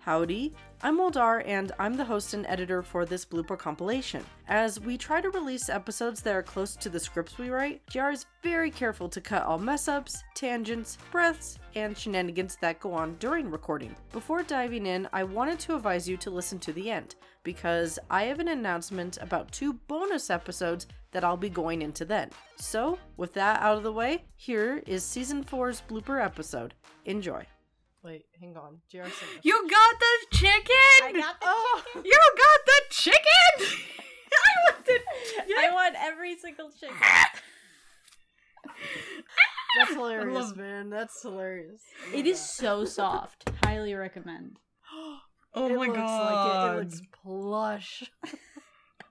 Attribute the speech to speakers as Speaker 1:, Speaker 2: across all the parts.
Speaker 1: Howdy, I'm Moldar, and I'm the host and editor for this blooper compilation. As we try to release episodes that are close to the scripts we write, JR is very careful to cut all mess ups, tangents, breaths, and shenanigans that go on during recording. Before diving in, I wanted to advise you to listen to the end, because I have an announcement about two bonus episodes that I'll be going into then. So, with that out of the way, here is season 4's blooper episode. Enjoy. Wait, hang on. JR
Speaker 2: You got the chicken.
Speaker 3: I got the
Speaker 1: Oh.
Speaker 3: chicken.
Speaker 2: you got the chicken. I want the
Speaker 3: I
Speaker 2: chicken.
Speaker 3: want every single chicken.
Speaker 1: That's hilarious,
Speaker 2: love-
Speaker 1: man. That's hilarious. I love
Speaker 3: It is
Speaker 1: that.
Speaker 3: so soft. Highly recommend.
Speaker 2: oh
Speaker 1: it
Speaker 2: my
Speaker 1: looks
Speaker 2: god.
Speaker 1: Like it. it looks plush.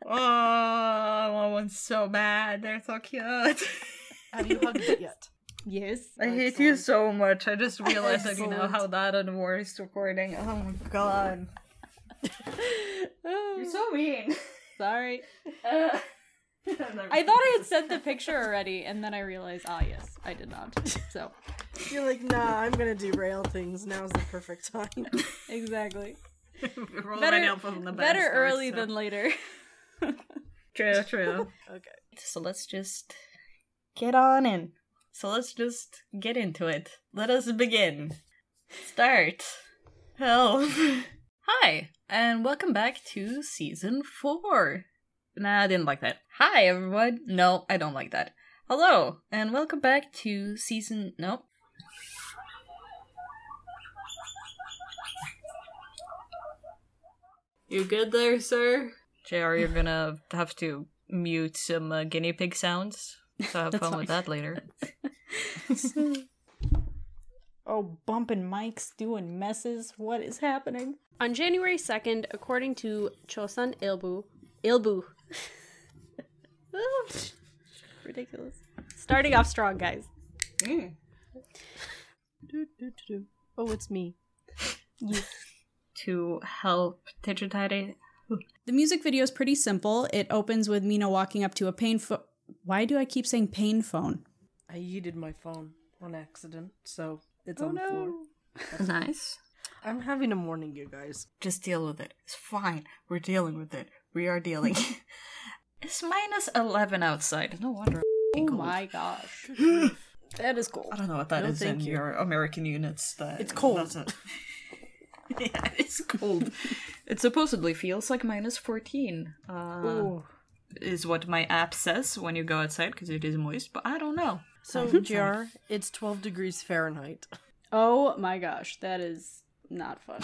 Speaker 2: Oh, I want one so bad. They're so cute.
Speaker 1: Have you hugged it yet?
Speaker 3: Yes.
Speaker 2: I hate you
Speaker 1: Excellent.
Speaker 2: so much. I just realized that you know
Speaker 1: Excellent.
Speaker 2: how that and worst recording. Oh my god. You're so mean.
Speaker 3: Sorry.
Speaker 2: I
Speaker 3: I thought I had sent the picture already, and then I realized, ah, yes, I did not. So
Speaker 1: You're like, nah. I'm gonna derail things. Now's the perfect time.
Speaker 3: exactly.
Speaker 2: Roll
Speaker 3: Better-
Speaker 2: my nail from the bed
Speaker 3: Better
Speaker 2: start,
Speaker 3: early
Speaker 2: so-
Speaker 3: than later.
Speaker 2: True, true.
Speaker 1: Okay.
Speaker 2: So let's just get on in. So let's just get into it. Let us begin. Start. Help. Hi, and welcome back to season four. Nah, I didn't like that. Hi, everyone. No, I don't like that. Hello, and welcome back to season. Nope. You good there, sir? JR, you're gonna have to mute some uh, guinea pig sounds. So have
Speaker 3: That's
Speaker 2: fun with
Speaker 3: fine.
Speaker 2: that later.
Speaker 4: Oh, bumping mics, doing messes. What is happening?
Speaker 5: On January 2nd, according to Chosun Ilbu, Ilbu. Ridiculous. Starting off strong, guys.
Speaker 1: Oh, it's me.
Speaker 2: To help Tejutari.
Speaker 4: The music video is pretty simple. It opens with Mina walking up to a pain phone. Why do I keep saying pain phone?
Speaker 1: I yeeted my phone on accident, so it's
Speaker 3: Oh,
Speaker 1: on the floor.
Speaker 2: Nice.
Speaker 1: I'm having a morning, you guys.
Speaker 2: Just deal with it. It's fine. We're dealing with it. We are dealing. it's minus 11 outside. No wonder.
Speaker 3: Oh my gosh.
Speaker 1: That is cool.
Speaker 2: I don't know what that
Speaker 1: No,
Speaker 2: is in
Speaker 1: thank you.
Speaker 2: your American units. That
Speaker 1: It's cold.
Speaker 2: that's it. yeah, it's cold. it supposedly feels like minus 14. Uh,
Speaker 1: Ooh.
Speaker 2: is what my app says when you go outside because it is moist, but I don't know.
Speaker 1: So, Jr. It's 12 degrees Fahrenheit.
Speaker 3: Oh my gosh. That is not fun.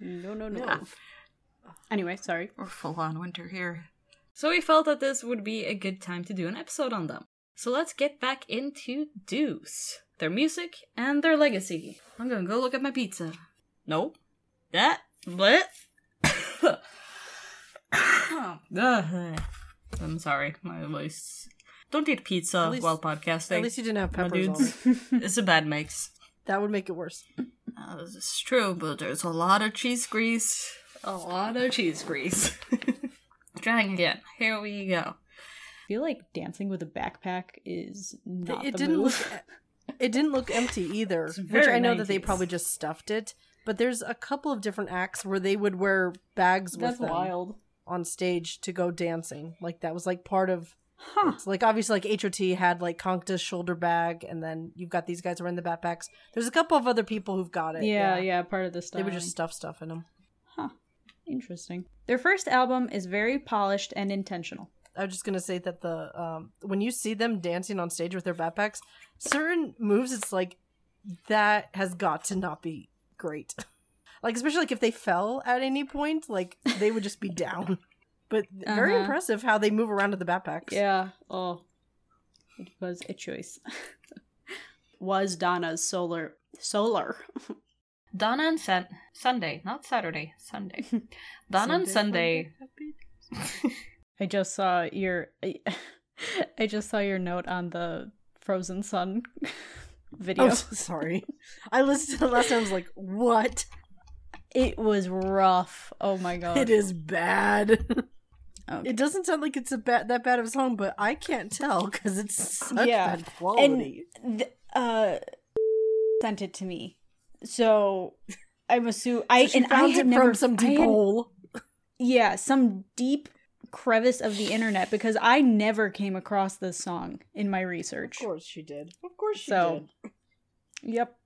Speaker 3: No, no, no. Anyway, sorry.
Speaker 2: or full on winter here. So we felt that this would be a good time to do an episode on them. So let's get back into Deuce, their music, and their legacy. I'm gonna go look at my pizza. Nope. That. What? I'm sorry, my voice. Don't eat pizza
Speaker 1: At least-
Speaker 2: while podcasting.
Speaker 1: At least you didn't have
Speaker 2: my
Speaker 1: peppers on.
Speaker 2: dudes.
Speaker 1: it.
Speaker 2: it's a bad mix.
Speaker 1: That would make it worse.
Speaker 2: Uh, this is true, but there's a lot of cheese grease. A lot of cheese grease. Trying again. Here we go.
Speaker 3: I feel like dancing with a backpack is not
Speaker 1: it
Speaker 3: the
Speaker 1: didn't
Speaker 3: move.
Speaker 1: look e, it didn't look empty either which
Speaker 2: very
Speaker 1: i know that they
Speaker 2: 90s.
Speaker 1: probably just stuffed it but there's a couple of different acts where they would wear bags
Speaker 3: That's
Speaker 1: with them
Speaker 3: wild.
Speaker 1: on stage to go dancing like that was like part of
Speaker 3: Huh.
Speaker 1: it's like obviously like hot had like Konkta's shoulder bag and then you've got these guys wearing the backpacks there's a couple of other people who've got it
Speaker 3: Yeah, yeah, part of the stuff.
Speaker 1: they would just stuff stuff in them
Speaker 3: Interesting. Their first album is very polished and intentional.
Speaker 1: I was just gonna say that the um, when you see them dancing on stage with their backpacks, certain moves, it's like that has got to not be great. like especially like if they fell at any point, like they would just be down. But very
Speaker 3: Uh-huh.
Speaker 1: impressive how they move around with the backpacks.
Speaker 3: Yeah. Oh, it was a choice. was Donna's solar solar?
Speaker 2: Donna and Sun Sunday, not Saturday, Sunday. Donna and Sunday.
Speaker 3: I just saw your. I just saw your note on the Frozen Sun video.
Speaker 1: I'm
Speaker 4: Oh.
Speaker 1: so sorry. I listened to the last time. I was like, "What?
Speaker 3: It was rough. Oh my
Speaker 4: Uh,
Speaker 3: god. Oh.
Speaker 1: It is bad."
Speaker 3: Okay.
Speaker 1: It doesn't sound like it's a bad that bad of a song, but I can't tell because it's such
Speaker 3: Yeah.
Speaker 1: bad quality.
Speaker 3: th- uh sent it to me so
Speaker 4: I'm assume I
Speaker 1: she
Speaker 4: and I
Speaker 1: found
Speaker 4: had
Speaker 1: it
Speaker 4: never,
Speaker 1: from some deep
Speaker 4: I had-
Speaker 1: hole.
Speaker 4: yeah, some deep crevice of the internet because I never came across this song in my research.
Speaker 1: Of course she did. Of course she
Speaker 4: So-
Speaker 1: did.
Speaker 4: Yep.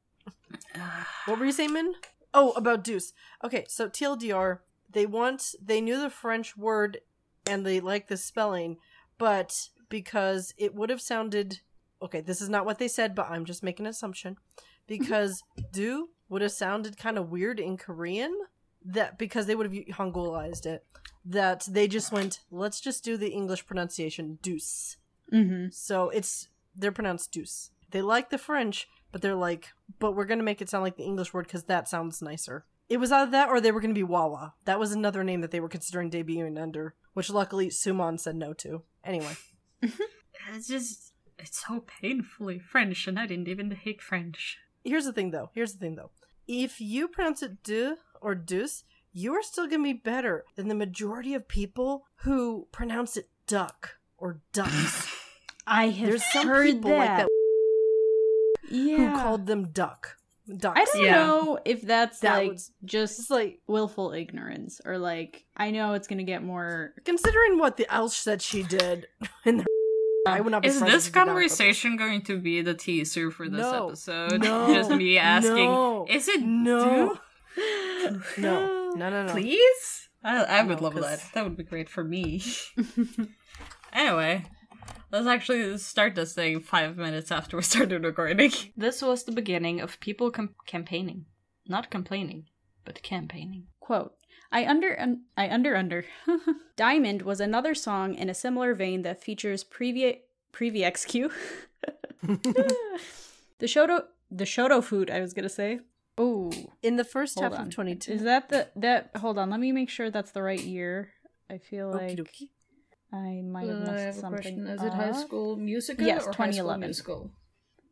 Speaker 1: What were you saying, Min? Oh, about Deuce. Okay, so TLDR, they want, they knew the French word and they liked the spelling, but because it would have sounded, okay, this is not what they said, but I'm just making an assumption, because do would have sounded kind of weird in Korean, that because they would have Hangulized it, that they just went, let's just do the English pronunciation, Deuce.
Speaker 4: Mm-hmm.
Speaker 1: So it's they're pronounced deuce. They like the French, but they're like, but we're gonna make it sound like the English word because that sounds nicer. It was either that or they were gonna be Wawa. That was another name that they were considering debuting under, which luckily Suman said no to. Anyway,
Speaker 2: It's just it's so painfully French, and I didn't even hate French.
Speaker 1: here's the thing though. Here's the thing though. If you pronounce it de or deuce, you are still gonna be better than the majority of people who pronounce it duck or ducks.
Speaker 4: I have
Speaker 1: There's some
Speaker 4: heard
Speaker 1: people
Speaker 4: that.
Speaker 1: like that
Speaker 4: Yeah.
Speaker 1: who called them duck. Ducks.
Speaker 4: I don't
Speaker 2: Yeah.
Speaker 4: know if that's
Speaker 1: That
Speaker 4: like
Speaker 1: was-
Speaker 4: just
Speaker 1: It's like
Speaker 4: willful ignorance or like I know it's gonna get more.
Speaker 1: Considering what the Elsh said she did in the I would not be
Speaker 2: Is
Speaker 1: surprised
Speaker 2: this
Speaker 1: if they got
Speaker 2: conversation going to be the teaser for this
Speaker 1: No.
Speaker 2: episode?
Speaker 1: No.
Speaker 2: Just me asking,
Speaker 1: No.
Speaker 2: is it
Speaker 1: No.
Speaker 2: do?
Speaker 1: it. No, no,
Speaker 2: Oh.
Speaker 1: no, no.
Speaker 2: Please? I, I would
Speaker 1: No,
Speaker 2: love
Speaker 1: 'cause-
Speaker 2: that. That would be great for me. anyway, let's actually start this thing five minutes after we started recording. This was the beginning of people com- campaigning. Not complaining, but campaigning.
Speaker 4: Quote. I under um, I under under. Diamond was another song in a similar vein that features previ prevxq. the shoto the shoto food I was gonna say. Oh,
Speaker 1: In the first
Speaker 4: hold
Speaker 1: half
Speaker 4: on.
Speaker 1: of 22.
Speaker 4: Is that the that? Hold on, let me make sure that's the right year. I feel
Speaker 1: Okie
Speaker 4: like
Speaker 1: dokie.
Speaker 4: I might have
Speaker 6: Uh,
Speaker 4: missed
Speaker 6: I have a
Speaker 4: something.
Speaker 6: question. Is it High
Speaker 4: up.
Speaker 6: School Musical
Speaker 4: Yes,
Speaker 6: or High
Speaker 4: 2011.
Speaker 6: School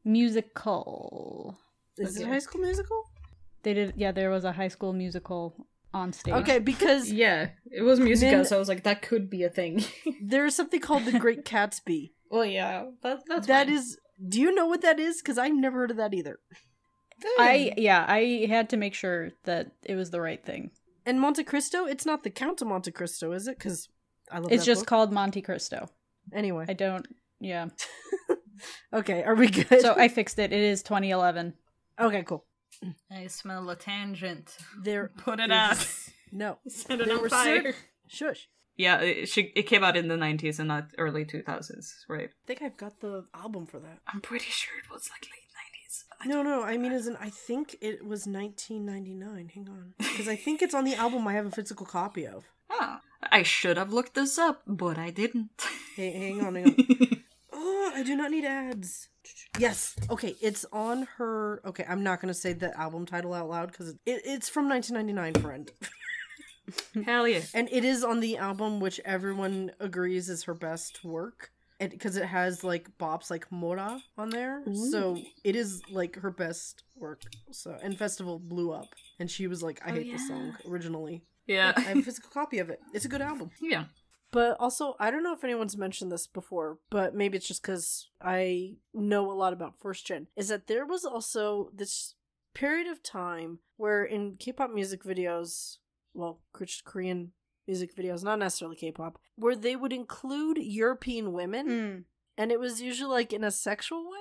Speaker 6: Musical?
Speaker 4: musical?
Speaker 1: Is it
Speaker 6: Okay.
Speaker 1: High School Musical?
Speaker 4: They did. Yeah, there was a High School Musical on stage.
Speaker 1: Okay, because
Speaker 6: Yeah, it was musical,
Speaker 1: Min-
Speaker 6: so I was like, that could be a thing.
Speaker 1: there's something called The Great Gatsby.
Speaker 6: well, yeah, that, that's
Speaker 1: That
Speaker 6: fine.
Speaker 1: is. Do you know what that is? Because I've never heard of that either.
Speaker 4: I yeah, I had to make sure that it was the right thing.
Speaker 1: And Monte Cristo, it's not the Count of Monte Cristo, is it? Because I love
Speaker 4: it's
Speaker 1: that
Speaker 4: just
Speaker 1: book.
Speaker 4: called Monte Cristo.
Speaker 1: anyway.
Speaker 4: I don't. Yeah.
Speaker 1: Okay, are we good?
Speaker 4: So I fixed it. It is 2011.
Speaker 1: okay, cool.
Speaker 2: I smell a tangent.
Speaker 1: There.
Speaker 2: Put it
Speaker 1: there's-
Speaker 2: out.
Speaker 1: No.
Speaker 2: Set it
Speaker 1: There
Speaker 2: on
Speaker 1: were
Speaker 2: fire.
Speaker 1: certain- Shush.
Speaker 2: Yeah, it, she, it came out in the 90s and not early 2000s, right?
Speaker 1: I think I've got the album for that.
Speaker 2: I'm pretty sure it was like late 90s.
Speaker 1: No, no, I mean, as in, I think it was 1999. Hang on. Because I think it's on the album I have a physical copy of.
Speaker 2: Ah, I should have looked this up, but I didn't.
Speaker 1: Hey, hang on, hang on. Oh, I do not need ads. Yes. Okay, it's on her. Okay, I'm not going to say the album title out loud because it, it's from 1999, friend.
Speaker 2: Hell yeah.
Speaker 1: And it is on the album which everyone agrees is her best work. Because it has like bops like Mora on there. So it is like her best work. So and Festival blew up. And she was like, I
Speaker 2: Oh,
Speaker 1: hate this song originally. I
Speaker 2: Yeah.
Speaker 1: have a physical copy of it. It's a good album.
Speaker 2: yeah.
Speaker 1: But also, I don't know if anyone's mentioned this before, but maybe it's just because I know a lot about first gen, is that there was also this period of time where in K pop music videos, well, K- Korean music videos, not necessarily K pop, where they would include European women,
Speaker 4: Mm.
Speaker 1: and it was usually like in a sexual way.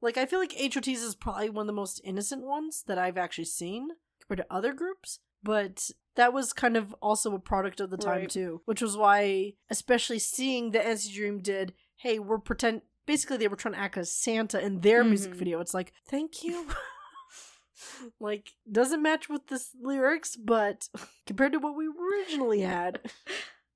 Speaker 1: Like, I feel like HOTs is probably one of the most innocent ones that I've actually seen compared to other groups, but that was kind of also a product of the time
Speaker 4: Right.
Speaker 1: too, which was why, especially seeing that NC Dream did, hey, we're pretend. Basically, they were trying to act as Santa in their music
Speaker 4: Mhm.
Speaker 1: video. It's like, thank you. like, doesn't match with the s- lyrics, but compared to what we originally had,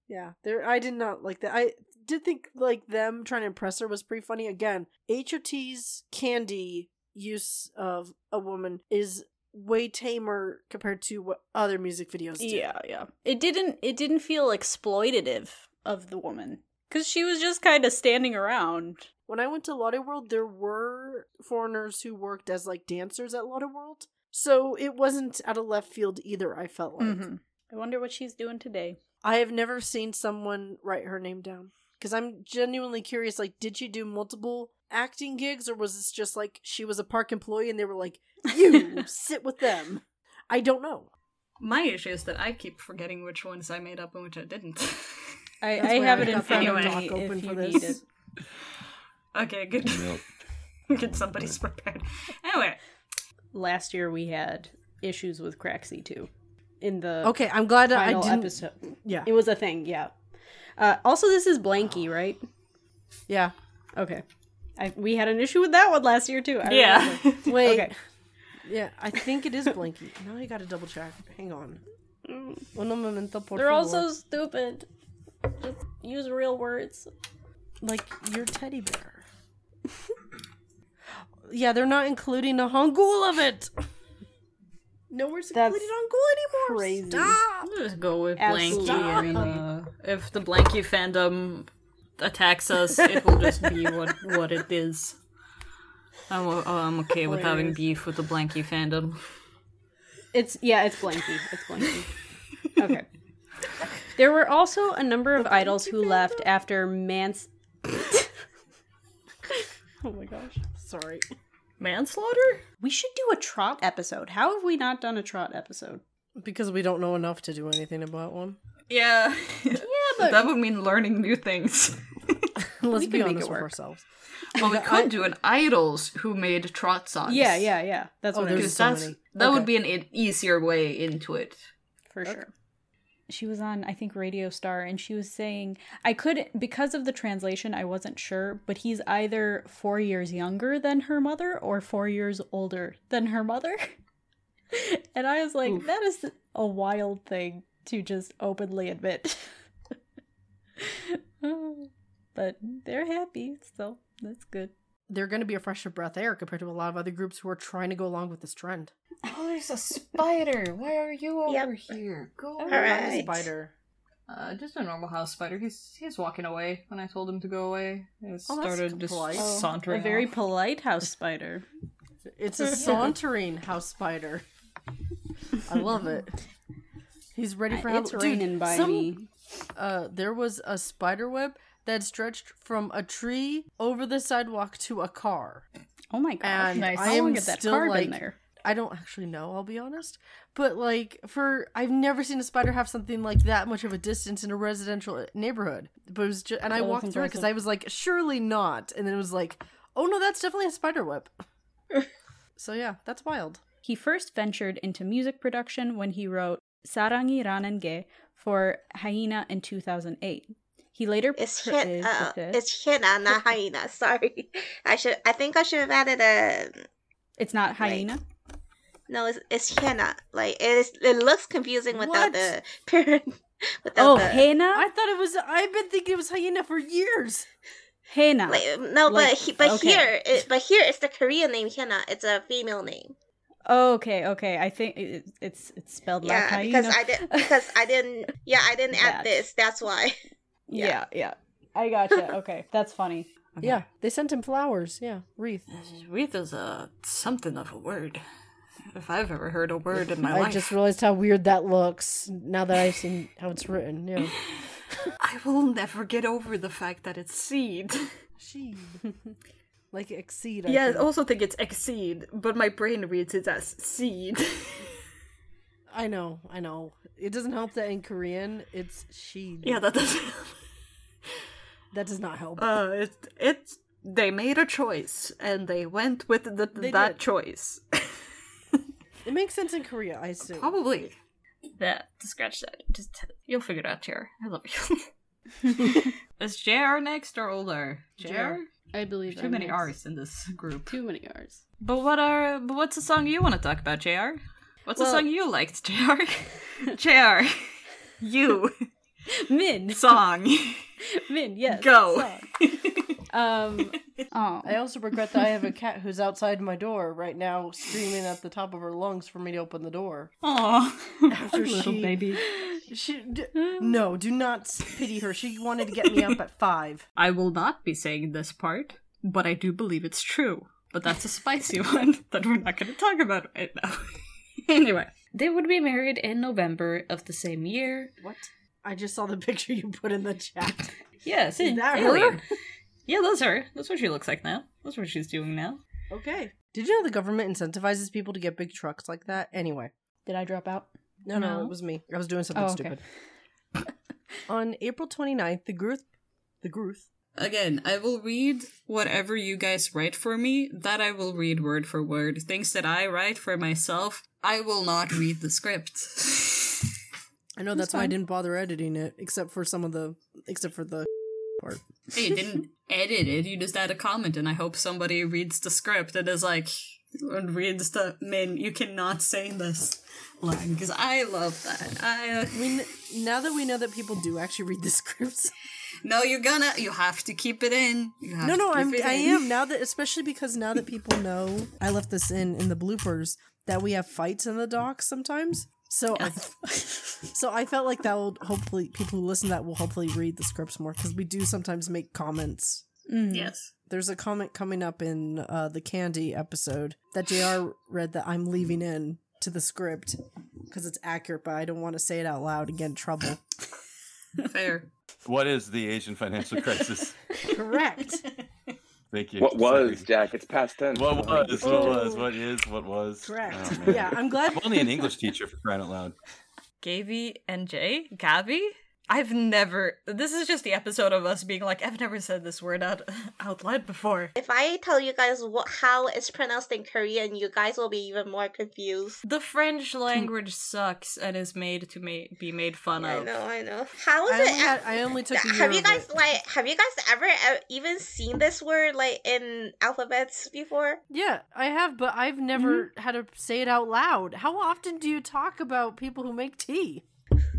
Speaker 1: yeah, there. I did not like that. I did think like them trying to impress her was pretty funny. Again, HOT's candy use of a woman is way tamer compared to what other music videos do.
Speaker 4: yeah. It didn't. It didn't feel exploitative of the woman because she was just kind of standing around.
Speaker 1: When I went to Lotte World, there were foreigners who worked as like dancers at Lotte World. So it wasn't out of left field either, I felt like.
Speaker 4: Mm-hmm. I wonder what she's doing today.
Speaker 1: I have never seen someone write her name down. Because I'm genuinely curious, like, did she do multiple acting gigs or was this just like she was a park employee and they were like, you sit with them? I don't know.
Speaker 6: My issue is that I keep forgetting which ones I made up and which I didn't.
Speaker 4: I,
Speaker 1: That's
Speaker 4: I
Speaker 1: why
Speaker 4: have
Speaker 1: I
Speaker 4: it in
Speaker 1: got
Speaker 4: front
Speaker 6: the
Speaker 4: of
Speaker 6: doc
Speaker 4: me
Speaker 1: open
Speaker 4: if
Speaker 1: for
Speaker 4: you
Speaker 1: this.
Speaker 4: need it.
Speaker 6: okay, good.
Speaker 7: Nope.
Speaker 6: good. Somebody's prepared. Anyway,
Speaker 4: Last year we had issues with Craxy too. In the
Speaker 1: Okay, I'm glad I
Speaker 4: Uh, final
Speaker 1: didn't.
Speaker 4: episode,
Speaker 1: Yeah,
Speaker 4: it was a thing. Yeah. Uh, also, this is Blanky, right?
Speaker 1: yeah.
Speaker 4: Okay. I, we had an issue with that one last year too. I
Speaker 2: Yeah.
Speaker 4: remember.
Speaker 1: Wait,
Speaker 4: Okay.
Speaker 1: yeah, I think it is Blinky. now I gotta double check. Hang on. Un momento, por
Speaker 5: They're all so
Speaker 1: favor.
Speaker 5: stupid. Just use real words.
Speaker 1: like your teddy bear. yeah, they're not including a hongul of it. Nowhere's
Speaker 4: That's
Speaker 1: included hongul anymore.
Speaker 4: crazy.
Speaker 1: Stop.
Speaker 2: I'll just go with
Speaker 4: Absolutely.
Speaker 2: Blanky. And, uh, if the Blanky fandom attacks us, it will just be what what it is. I'm, o- oh, I'm okay with having beef with the Blanky fandom.
Speaker 4: It's yeah, it's Blanky. It's Blanky. okay. There were also a number of idols who left after Mans. oh my gosh.
Speaker 1: Sorry.
Speaker 2: Manslaughter?
Speaker 4: We should do a trot episode. How have we not done a trot episode?
Speaker 1: Because we don't know enough to do anything about one.
Speaker 2: Yeah. yeah, but that would mean learning new things.
Speaker 1: Let's be
Speaker 4: could make
Speaker 1: honest with
Speaker 4: it work.
Speaker 1: ourselves.
Speaker 2: Well, we could do an idols who made trot songs.
Speaker 4: Yeah, yeah, yeah. That's
Speaker 1: Oh,
Speaker 4: what I
Speaker 1: there's
Speaker 2: Because
Speaker 4: was
Speaker 1: so
Speaker 2: that's
Speaker 1: many.
Speaker 2: that
Speaker 1: Okay.
Speaker 2: would be an e- easier way into it.
Speaker 4: for sure. She was on, I think, Radio Star, and she was saying, I could, because of the translation, I wasn't sure, but he's either four years younger than her mother or four years older than her mother. and I was like, that is a wild thing to just openly admit. but they're happy, so that's good.
Speaker 1: They're going to be a fresh of breath air compared to a lot of other groups who are trying to go along with this trend.
Speaker 2: Oh, there's a spider. Why are you over
Speaker 5: Yep.
Speaker 2: here? Go
Speaker 1: Oh, I'm a spider.
Speaker 2: Uh, just a normal house spider. He's he's walking away when I told him to go away. He
Speaker 1: Oh, that's
Speaker 2: started just
Speaker 1: polite. Oh,
Speaker 2: sauntering.
Speaker 4: a very
Speaker 2: off.
Speaker 4: polite house spider.
Speaker 1: It's a sauntering house spider. I love it. He's ready for
Speaker 4: It's
Speaker 1: Hallow-
Speaker 4: raining by
Speaker 1: some-
Speaker 4: me.
Speaker 1: uh, there was a spider web that stretched from a tree over the sidewalk to a car.
Speaker 4: Oh my gosh.
Speaker 1: And
Speaker 3: Nice.
Speaker 1: I
Speaker 4: How long
Speaker 1: am
Speaker 4: has that
Speaker 1: still
Speaker 4: car
Speaker 1: like,
Speaker 4: been there?
Speaker 1: I don't actually know, I'll be honest. But like for I've never seen a spider have something like that much of a distance in a residential neighborhood. But it was just and I
Speaker 4: Oh, that's
Speaker 1: walked through it because I was like, surely not. And then it was like, oh no, that's definitely a spider web. so yeah, that's wild.
Speaker 4: He first ventured into music production when he wrote Sarangi Ranenge for Hyena in 2008. He later
Speaker 8: It's
Speaker 4: pr-
Speaker 8: Hin-
Speaker 4: is
Speaker 8: uh,
Speaker 4: it?
Speaker 8: it's Hina, not Hyena. Sorry, I should. I think I should have added a.
Speaker 4: It's not hyena.
Speaker 8: No, it's it's Hina. Like it is. It looks confusing
Speaker 1: What?
Speaker 8: without the period. Without
Speaker 4: Oh,
Speaker 8: the,
Speaker 4: hyena,
Speaker 1: I thought it was I've been thinking it was hyena for years.
Speaker 4: hyena.
Speaker 8: like, no,
Speaker 4: like,
Speaker 8: but he, but
Speaker 4: okay.
Speaker 8: here, it, but here it's the Korean name Hina. It's a female name.
Speaker 4: Okay, okay. I think it, it's it's spelled like
Speaker 8: yeah,
Speaker 4: hyena.
Speaker 8: because I didn't. Because I didn't. Yeah, I didn't add
Speaker 4: That.
Speaker 8: this. That's why.
Speaker 4: yeah. yeah, I gotcha. Okay, that's funny.
Speaker 1: Yeah. They sent him flowers, yeah. Wreath.
Speaker 2: Wreath is a something of a word. If I've ever heard a word in my
Speaker 1: I
Speaker 2: life,
Speaker 1: just realized how weird that looks now that I've seen how it's written. Yeah.
Speaker 2: I will never get over the fact that it's seed.
Speaker 1: She. like exceed. I
Speaker 2: Yeah, oh. I
Speaker 1: think.
Speaker 2: also think it's exceed, but my brain reads it as seed.
Speaker 1: I know, I know. It doesn't help that in Korean it's she.
Speaker 2: yeah, that doesn't.
Speaker 1: That does not help.
Speaker 2: Uh, it it's they made a choice and they went with the,
Speaker 1: They
Speaker 2: that
Speaker 1: did.
Speaker 2: choice.
Speaker 1: it makes sense in Korea, I assume.
Speaker 2: Probably. That scratch that. Just you'll figure it out, JR. I love you. Is JR next or older? JR?
Speaker 5: I believe
Speaker 2: Too many R's in this group.
Speaker 5: Too many R's.
Speaker 2: But what are but what's the song you want to talk about, JR? What's the
Speaker 4: Well-
Speaker 2: song you liked, JR? JR. you
Speaker 4: Min,
Speaker 2: song.
Speaker 4: Min, yes.
Speaker 2: Go.
Speaker 4: song. Um. Oh,
Speaker 1: I also regret that I have a cat who's outside my door right now, screaming at the top of her lungs for me to open the door.
Speaker 2: Aw.
Speaker 1: After she, baby. She, d- no, do not pity her. She wanted to get me up at five.
Speaker 2: I will not be saying this part, but I do believe it's true. But that's a spicy one that we're not going to talk about right now. anyway, they would be married in November of the same year.
Speaker 1: What? I just saw the picture you put in the chat.
Speaker 2: Yes,
Speaker 1: Is
Speaker 2: in
Speaker 1: that
Speaker 2: Alien.
Speaker 1: her?
Speaker 2: Yeah, that's her. That's what she looks like now. That's what she's doing now.
Speaker 1: Okay. Did you know the government incentivizes people to get big trucks like that? Anyway.
Speaker 4: Did I drop out?
Speaker 1: No, no,
Speaker 4: No?
Speaker 1: it was me. I was doing something
Speaker 4: Oh, okay.
Speaker 1: stupid. On April 29th, the group, the group,
Speaker 6: Again, I will read whatever you guys write for me. That I will read word for word. Things that I write for myself, I will not read the script.
Speaker 1: I know that's, why I didn't bother editing it, except for some of the, except for the part.
Speaker 6: hey, you didn't edit it. You just add a comment, and I hope somebody reads the script and is like, and reads the man. You cannot say this line because I love that. I uh,
Speaker 1: We kn- now that we know that people do actually read the scripts.
Speaker 6: no, you're gonna. You have to keep it in. You have
Speaker 1: No,
Speaker 6: to
Speaker 1: no,
Speaker 6: keep
Speaker 1: I'm,
Speaker 6: it
Speaker 1: I
Speaker 6: in.
Speaker 1: am now that, especially because now that people know, I left this in in the bloopers that we have fights in the docs sometimes. So, I, so I felt like that will hopefully people who listen to that will hopefully read the scripts more because we do sometimes make comments.
Speaker 4: Mm.
Speaker 6: Yes.
Speaker 1: There's a comment coming up in uh, the candy episode that Jr. read that I'm leaving in to the script because it's accurate, but I don't want to say it out loud and get in trouble.
Speaker 6: Fair.
Speaker 7: What is the Asian financial crisis?
Speaker 1: Correct.
Speaker 7: Thank you.
Speaker 9: What was,
Speaker 7: Sorry.
Speaker 9: Jack? It's past tense.
Speaker 7: What was? What
Speaker 1: Oh.
Speaker 7: was? What is? What was?
Speaker 1: Correct.
Speaker 7: Oh, man.
Speaker 1: yeah, I'm glad.
Speaker 7: I'm only an English teacher for crying out loud.
Speaker 2: Gaby and Jay? Gabby? I've never. This is just the episode of us being like, I've never said this word out, out loud before.
Speaker 8: If I tell you guys what, how it's pronounced in Korean, you guys will be even more confused.
Speaker 2: The French language sucks and is made to ma- be made fun
Speaker 8: I
Speaker 2: of.
Speaker 8: know, I know. How is
Speaker 1: I
Speaker 8: it?
Speaker 1: only, had, I only took a year
Speaker 8: have you
Speaker 1: of
Speaker 8: guys
Speaker 1: it.
Speaker 8: like have you guys ever uh, even seen this word like in alphabets before?
Speaker 1: Yeah, I have, but I've never had to say it out loud. How often do you talk about people who make tea?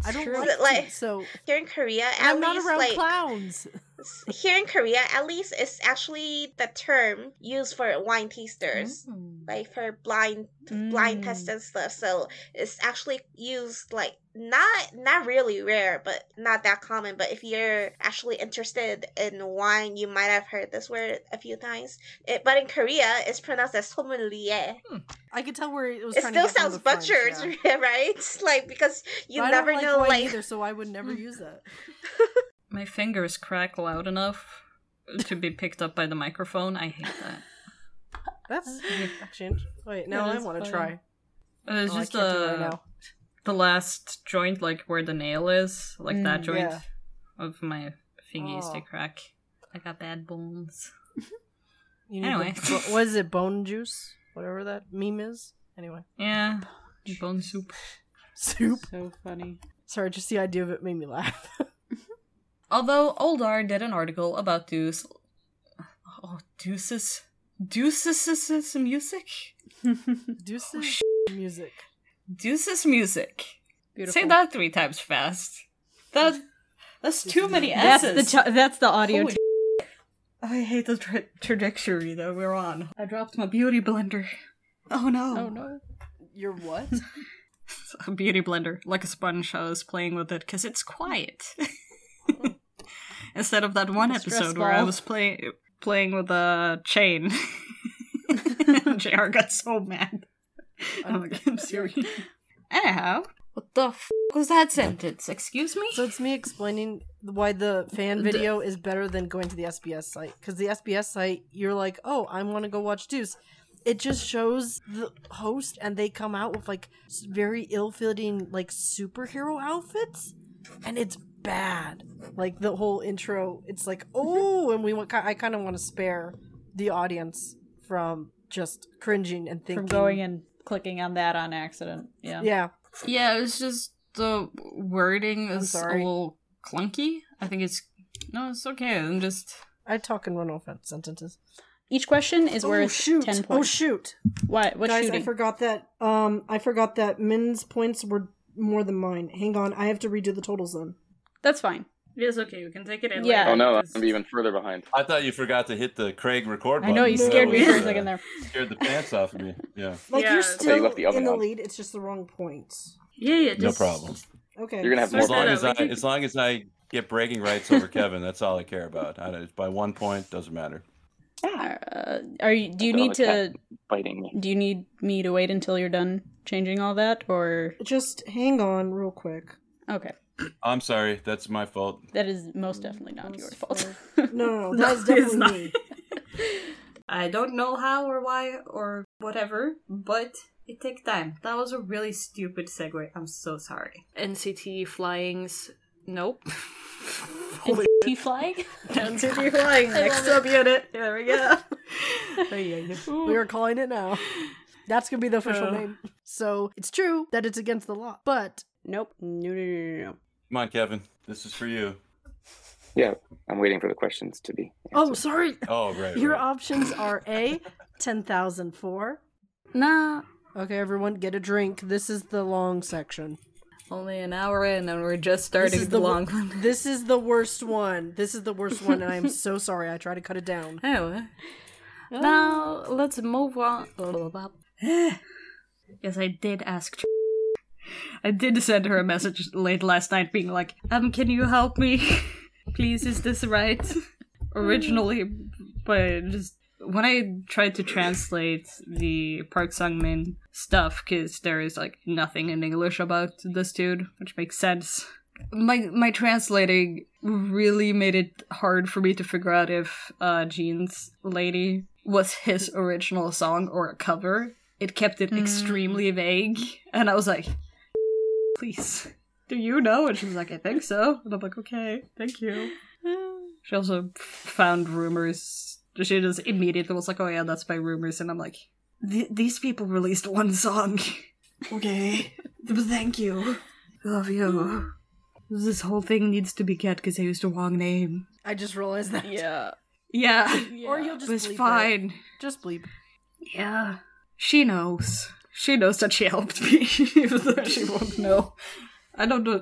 Speaker 1: I don't
Speaker 8: true.
Speaker 1: like,
Speaker 8: But, like,
Speaker 1: tea, so
Speaker 8: Here in Korea, at
Speaker 1: I'm not
Speaker 8: least
Speaker 1: around
Speaker 8: like
Speaker 1: clowns.
Speaker 8: s- here in Korea, at least it's actually the term used for wine
Speaker 1: Mm.
Speaker 8: tasters,
Speaker 2: Mm.
Speaker 8: like for blind
Speaker 4: Mm.
Speaker 8: blind tests and stuff. So it's actually used like not not really rare, but not that common. But if you're actually interested in wine, you might have heard this word a few times. It, but in Korea, it's pronounced as sommelier.
Speaker 1: I could tell where it was.
Speaker 8: It
Speaker 1: trying to
Speaker 8: still
Speaker 1: get from
Speaker 8: sounds
Speaker 1: the French,
Speaker 8: butchered,
Speaker 1: yeah.
Speaker 8: right? Like because you
Speaker 1: But I
Speaker 8: never
Speaker 1: don't like
Speaker 8: know,
Speaker 1: wine
Speaker 8: like Mm.
Speaker 1: either, so I would never use that.
Speaker 6: My fingers crack loud enough to be picked up by the microphone. I hate that.
Speaker 1: That's actually wait. Now I want to try.
Speaker 6: Uh, It's
Speaker 1: Oh, I
Speaker 6: just
Speaker 1: can't do it right
Speaker 6: the
Speaker 1: now.
Speaker 6: the last joint, like where the nail is, like that
Speaker 4: Mm,
Speaker 6: joint
Speaker 1: yeah.
Speaker 6: of my thingies
Speaker 1: Oh.
Speaker 6: to crack. I got bad bones.
Speaker 1: You need
Speaker 6: Anyway.
Speaker 1: the bo- what is it? Bone juice, whatever that meme is. Anyway,
Speaker 6: Yeah, bone soup.
Speaker 1: soup.
Speaker 4: So funny.
Speaker 1: Sorry, just the idea of it made me laugh.
Speaker 2: Although Oldar did an article about Deuce. Oh, Deuces. Deuces' music?
Speaker 4: Oh,
Speaker 1: Deuces music.
Speaker 2: Deuces music.
Speaker 4: Beautiful.
Speaker 2: Say that three times fast. That That's too many
Speaker 4: That's
Speaker 2: S's.
Speaker 4: the ch- that's the audio.
Speaker 2: Holy I hate the tra- trajectory that we're on. I dropped my beauty blender. Oh no.
Speaker 4: oh no.
Speaker 1: Your what?
Speaker 6: A beauty blender, like a sponge. I was playing with it because it's quiet. Instead of that one
Speaker 4: Stress
Speaker 6: episode where I
Speaker 4: ball.
Speaker 6: was playing playing with a chain. JR got so mad. I'm, like, I'm serious.
Speaker 2: Anyhow. What the f was that sentence? Excuse me?
Speaker 1: So it's me explaining why the fan video is better than going to the SBS site because the SBS site you're like, oh, I want to go watch Deuce. It just shows the host and they come out with like s- very ill-fitting like superhero outfits, and it's bad. Like the whole intro, it's like, oh, and we want. I kind of want to spare the audience from just cringing and thinking.
Speaker 4: From going and clicking on that on accident. Yeah.
Speaker 1: yeah,
Speaker 6: Yeah, it's just the wording
Speaker 1: I'm
Speaker 6: is a
Speaker 1: sorry.
Speaker 6: little clunky. I think it's no, it's okay. I'm just
Speaker 1: I talk in run-off sentences.
Speaker 4: Each question is
Speaker 1: oh
Speaker 4: worth
Speaker 1: shoot!
Speaker 4: ten
Speaker 1: oh
Speaker 4: points.
Speaker 1: shoot!
Speaker 4: what? What
Speaker 1: Guys,
Speaker 4: shooting?
Speaker 1: I forgot that. Um, I forgot that Min's points were more than mine. Hang on, I have to redo the totals then.
Speaker 4: That's fine.
Speaker 6: it is okay. We can take it.
Speaker 4: in Yeah.
Speaker 9: Oh no, I'm even further behind.
Speaker 7: I thought you forgot to hit the Craig record
Speaker 4: I
Speaker 7: button.
Speaker 4: know you scared
Speaker 7: That
Speaker 4: me
Speaker 7: was,
Speaker 4: for a
Speaker 7: uh,
Speaker 4: second there.
Speaker 7: Scared the pants off of me. Yeah.
Speaker 1: Like
Speaker 6: Yeah,
Speaker 1: you're
Speaker 6: so you
Speaker 1: still
Speaker 9: Oh, left the oven
Speaker 1: in the
Speaker 9: on.
Speaker 1: lead. It's just the wrong points.
Speaker 6: Yeah, yeah.
Speaker 7: No problem.
Speaker 1: Okay.
Speaker 9: You're gonna have
Speaker 6: Sort
Speaker 7: As
Speaker 9: more.
Speaker 7: long
Speaker 6: that out.
Speaker 7: as
Speaker 6: We
Speaker 7: I,
Speaker 6: can-
Speaker 7: as long as I get breaking rights over Kevin, that's all I care about. I, don't- by one point, doesn't matter.
Speaker 4: Uh, are you? Do you
Speaker 9: Don't
Speaker 4: need
Speaker 9: have a
Speaker 4: to?
Speaker 9: biting me.
Speaker 4: Do you need me to wait until you're done changing all that, or
Speaker 1: Just hang on, real quick.
Speaker 4: okay?
Speaker 7: I'm sorry. That's my fault.
Speaker 4: That is most definitely not your fault.
Speaker 1: No, no, no
Speaker 6: No,
Speaker 1: that's
Speaker 6: it's
Speaker 1: definitely
Speaker 6: not.
Speaker 1: me.
Speaker 6: I don't know how or why or whatever, but
Speaker 2: It takes time. That was a really stupid segue. I'm so sorry.
Speaker 10: NCT flyings. Nope.
Speaker 4: T flag?
Speaker 11: Continue flying. Next up unit. There we go.
Speaker 1: We are calling it now. That's gonna be the
Speaker 6: Uh.
Speaker 1: official name. So it's true that it's against the law, but
Speaker 10: Nope. No, no, no, no, no.
Speaker 7: Come on, Kevin. This is for you.
Speaker 9: Yeah, I'm waiting for the questions to be.
Speaker 1: oh, sorry.
Speaker 7: Oh, right.
Speaker 1: Your
Speaker 7: right.
Speaker 1: options are A, 10,004.
Speaker 2: Nah.
Speaker 1: Okay, everyone, get a drink. This is the long section.
Speaker 2: Only an hour in and we're just starting
Speaker 1: This is
Speaker 2: the,
Speaker 1: wor-
Speaker 2: long one.
Speaker 1: This is the worst one. This is the worst one, and I am so sorry. I try to cut it down.
Speaker 2: Oh. Now let's move on. yes, I did ask. Tr- I did send her a message late last night, being like, "Um, can you help me? Please, is this right?" Originally, but just when I tried to translate the Park Sung Min stuff, because there is like nothing in English about this dude, which makes sense my my translating really made it hard for me to figure out if uh Jean's Lady was his original song or a cover. It kept it extremely
Speaker 1: Mm.
Speaker 2: vague, and I was like, "Please, do you know?" And she was like, "I think so," and I'm like, "Okay, thank you." She also found rumors. She just immediately was like, "Oh yeah, that's my rumors," and I'm like, "Th- "These people released one song." okay, thank you. Love you. This whole thing needs to be cut because I used the wrong name.
Speaker 1: I just realized that.
Speaker 12: Yeah.
Speaker 2: Yeah,
Speaker 1: Or you'll
Speaker 2: it
Speaker 1: just
Speaker 2: was
Speaker 1: bleep it.
Speaker 2: fine.
Speaker 1: Just bleep.
Speaker 2: Yeah, she knows. She knows that she helped me, even though she won't know. I don't know.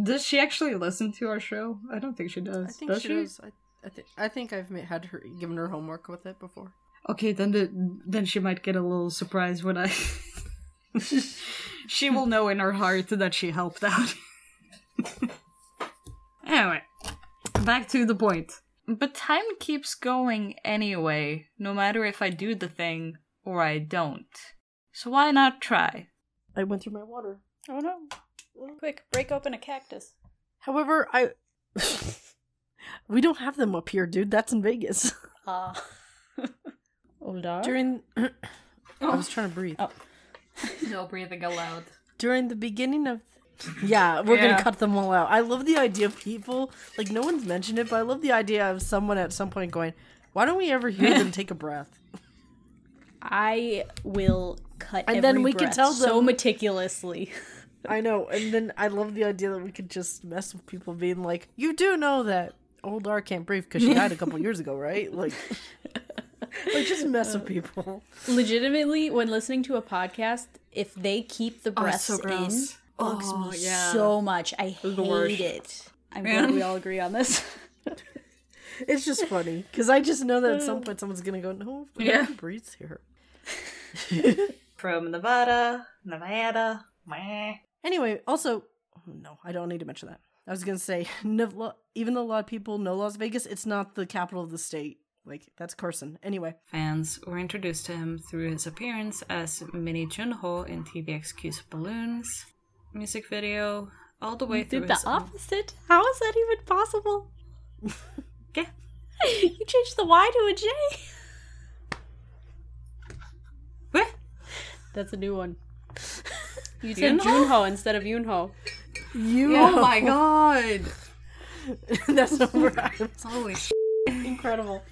Speaker 2: Does she actually listen to our show? I don't think she does.
Speaker 1: I think
Speaker 2: does
Speaker 1: she does. I, I, thi- I think I've ma- had her given her homework with it before.
Speaker 2: Okay, then the, then she might get a little surprise when I. she will know in her heart that she helped out. anyway, back to the point. But time keeps going anyway, no matter if I do the thing or I don't. So why not try?
Speaker 1: I went through my water.
Speaker 4: Oh no. Quick, break open a cactus.
Speaker 1: However, I. we don't have them up here, dude. That's in Vegas.
Speaker 4: Ah. Older.
Speaker 1: During. I was trying to breathe.
Speaker 4: Oh.
Speaker 2: No breathing aloud.
Speaker 1: During the beginning of. Yeah, we're
Speaker 2: Yeah.
Speaker 1: gonna cut them all out. I love the idea of people. Like, no one's mentioned it, but I love the idea of someone at some point going, why don't we ever hear them take a breath?
Speaker 4: I will cut
Speaker 1: And
Speaker 4: every
Speaker 1: then we can
Speaker 4: breath
Speaker 1: tell
Speaker 4: so
Speaker 1: them-
Speaker 4: meticulously.
Speaker 1: I know. And then I love the idea that we could just mess with people being like, you do know that old R can't breathe because she died a couple years ago, right? Like, like just mess with people.
Speaker 4: Legitimately, when listening to a podcast, if they keep the breaths in, bugs me so much. I hate it. I'm glad we all agree on this.
Speaker 1: It's just funny because I just know that at some point someone's gonna go, no, yeah. breathes here.
Speaker 11: From Nevada, Nevada. Meh.
Speaker 1: Anyway, also, no, I don't need to mention that. I was gonna say, Nevla, even though a lot of people know Las Vegas, it's not the capital of the state. Like that's Carson. Anyway,
Speaker 2: Fans were introduced to him through his appearance as Minnie Junho in TVXQ's Balloons music video, all the way through
Speaker 4: Did the
Speaker 2: his
Speaker 4: opposite? How is that even possible?
Speaker 2: Yeah.
Speaker 4: you changed the Y to a J.
Speaker 2: What?
Speaker 4: That's a new one.
Speaker 10: You said Junho instead of Yunho.
Speaker 1: you.
Speaker 2: Oh my god!
Speaker 1: that's not where I was.
Speaker 2: Holy sh!
Speaker 1: Incredible.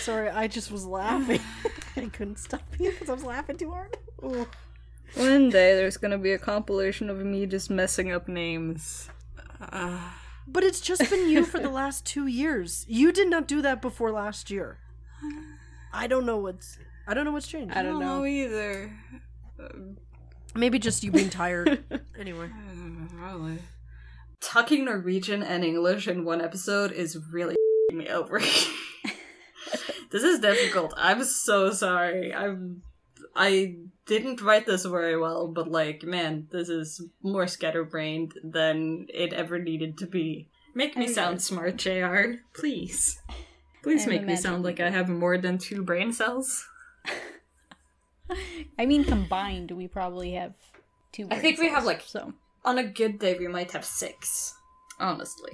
Speaker 1: Sorry, I just was laughing. I couldn't stop you because I was laughing too hard.
Speaker 2: One day there's gonna be a compilation of me just messing up names. Ah,
Speaker 1: But it's just been you for the last two years. You did not do that before last year. I don't know what's. I don't know what's changed.
Speaker 2: I don't know either.
Speaker 1: Maybe just you being tired. anyway,
Speaker 2: Probably. Tucking Norwegian and English in one episode is really me over. this is difficult. I'm so sorry. I'm I didn't write this very well, but like, man, this is more scatterbrained than it ever needed to be. Make me sound smart, JR. Please. Please
Speaker 4: I'm
Speaker 2: make me sound
Speaker 4: imagining
Speaker 2: like I have more than two brain cells.
Speaker 4: I mean, combined, we probably have two.
Speaker 2: I think
Speaker 4: brain
Speaker 2: we have,
Speaker 4: cells,
Speaker 2: like-
Speaker 4: so.
Speaker 2: On a good day, we might have six. Honestly.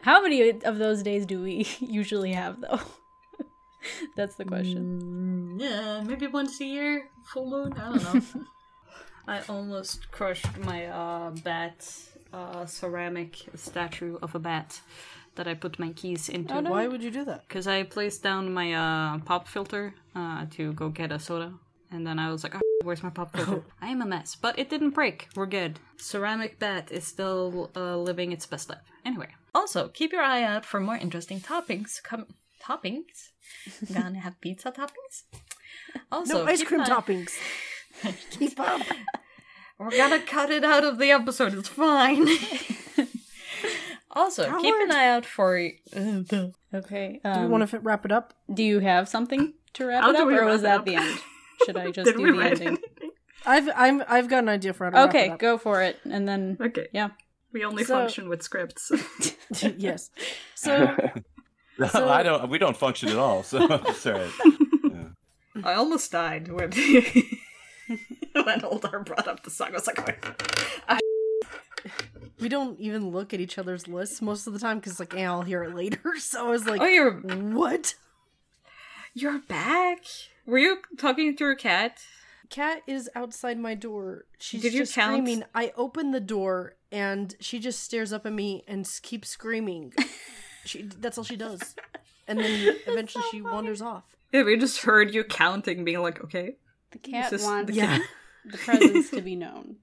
Speaker 4: How
Speaker 2: Mm.
Speaker 4: many of those days do we usually have, though? That's the question.
Speaker 6: yeah, maybe once a year, full moon. I don't know. I almost crushed my uh, bat, uh, ceramic statue of a bat that I put my keys into.
Speaker 1: Why would you do that?
Speaker 6: Because I placed down my uh, pop filter uh, to go get a soda. And then I was like, oh, where's my pop filter? I am a mess. But it didn't break. We're good. Ceramic Bat is still uh, living its best life. Anyway. Also, keep your eye out for more interesting toppings. Com- toppings? Gonna have pizza toppings?
Speaker 1: no
Speaker 6: Also,
Speaker 1: ice
Speaker 6: keep
Speaker 1: cream
Speaker 6: an eye-
Speaker 1: toppings. Keep up.
Speaker 6: We're gonna cut it out of the episode. It's fine. also, keep an
Speaker 1: Coward.
Speaker 6: eye out for. Uh,
Speaker 4: Okay.
Speaker 1: Do
Speaker 4: Um,
Speaker 1: we
Speaker 4: do,
Speaker 1: want to wrap it up?
Speaker 4: you have something to wrap
Speaker 6: How
Speaker 4: it
Speaker 6: do
Speaker 4: up,
Speaker 6: we
Speaker 4: or was
Speaker 6: wrap
Speaker 4: that the
Speaker 6: it up?
Speaker 4: end? Should I just
Speaker 6: Did we
Speaker 4: do the
Speaker 6: write
Speaker 4: ending?
Speaker 6: anything?
Speaker 1: I've I'm I've got an idea for how to wrap
Speaker 4: Okay,
Speaker 1: it up.
Speaker 4: go for it, and then
Speaker 6: Okay.
Speaker 4: Yeah.
Speaker 6: We only
Speaker 1: So-
Speaker 6: function with scripts.
Speaker 1: Okay, go. yes. So So-
Speaker 7: I don't. We don't function at all. So sorry. Yeah.
Speaker 6: I almost died when when Oldar brought up the song. I was like, "Oh,
Speaker 1: we don't even look at each other's lists most of the time because like, eh, I'll hear it later. So I was like,
Speaker 6: "Oh, you're
Speaker 1: what?
Speaker 6: you're back? Were you talking to your cat?
Speaker 1: Cat is outside my door. She's
Speaker 6: Did you
Speaker 1: just
Speaker 6: count?
Speaker 1: screaming. I open the door and she just stares up at me and s- keeps screaming. she that's all she does. And then eventually she wanders off.
Speaker 6: Yeah, we just heard you counting, being like, okay,
Speaker 5: The cat
Speaker 6: This is
Speaker 5: wants
Speaker 6: the
Speaker 1: Yeah.
Speaker 5: the presence to be known.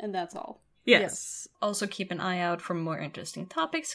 Speaker 5: And that's all.
Speaker 1: yes.
Speaker 2: Also, keep an eye out for more interesting topics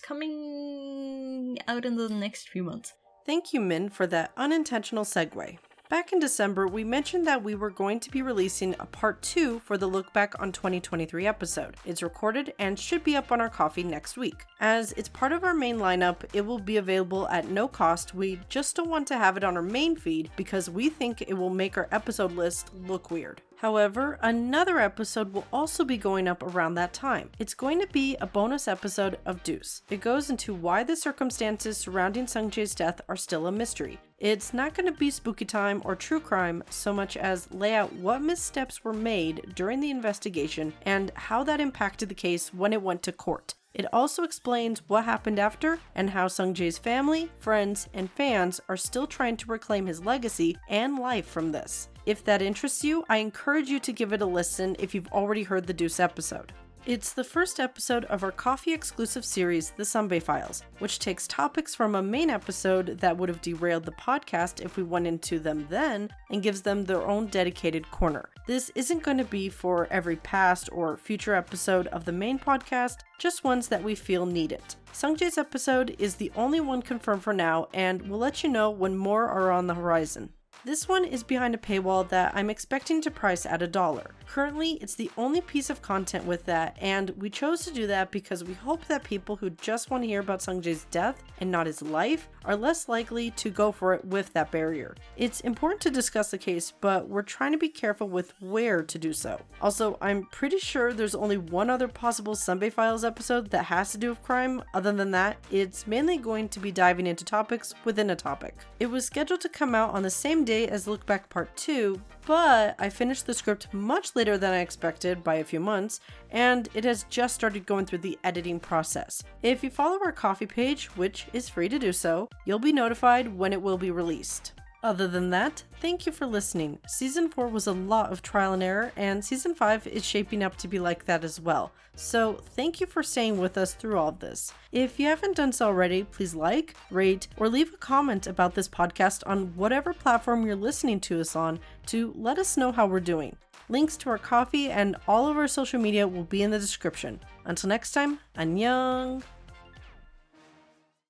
Speaker 2: coming out in the next few months.
Speaker 1: Thank you, Min, for that unintentional segue. Back in December, we mentioned that we were going to be releasing a part two for the look back on 2023 episode. It's recorded and should be up on our coffee next week. As it's part of our main lineup, it will be available at no cost. We just don't want to have it on our main feed because we think it will make our episode list look weird. However, another episode will also be going up around that time. It's going to be a bonus episode of Deuce. It goes into why the circumstances surrounding Sungjae's death are still a mystery. It's not going to be spooky time or true crime so much as lay out what missteps were made during the investigation and how that impacted the case when it went to court. It also explains what happened after and how Sungjae's family, friends, and fans are still trying to reclaim his legacy and life from this. If that interests you, I encourage you to give it a listen if you've already heard the Deuce episode. It's the first episode of our coffee exclusive series, The Sunbay Files, which takes topics from a main episode that would have derailed the podcast if we went into them then and gives them their own dedicated corner. This isn't going to be for every past or future episode of the main podcast, just ones that we feel need it. Sungjae's episode is the only one confirmed for now, and we'll let you know when more are on the horizon. This one is behind a paywall that I'm expecting to price at a dollar. Currently, it's the only piece of content with that, and we chose to do that because we hope that people who just want to hear about Sungjae's death and not his life are less likely to go for it with that barrier. It's important to discuss the case, but we're trying to be careful with where to do so. Also, I'm pretty sure there's only one other possible Sunbay Files episode that has to do with crime. Other than that, it's mainly going to be diving into topics within a topic. It was scheduled to come out on the same day as Look Back Part 2, but I finished the script much later than I expected by a few months, and it has just started going through the editing process. If you follow our coffee page, which is free to do so, you'll be notified when it will be released. Other than that, thank you for listening. Season 4 was a lot of trial and error, and Season 5 is shaping up to be like that as well. So, thank you for staying with us through all of this. If you haven't done so already, please like, rate, or leave a comment about this podcast on whatever platform you're listening to us on to let us know how we're doing. Links to our coffee and all of our social media will be in the description. Until next time, annyeong!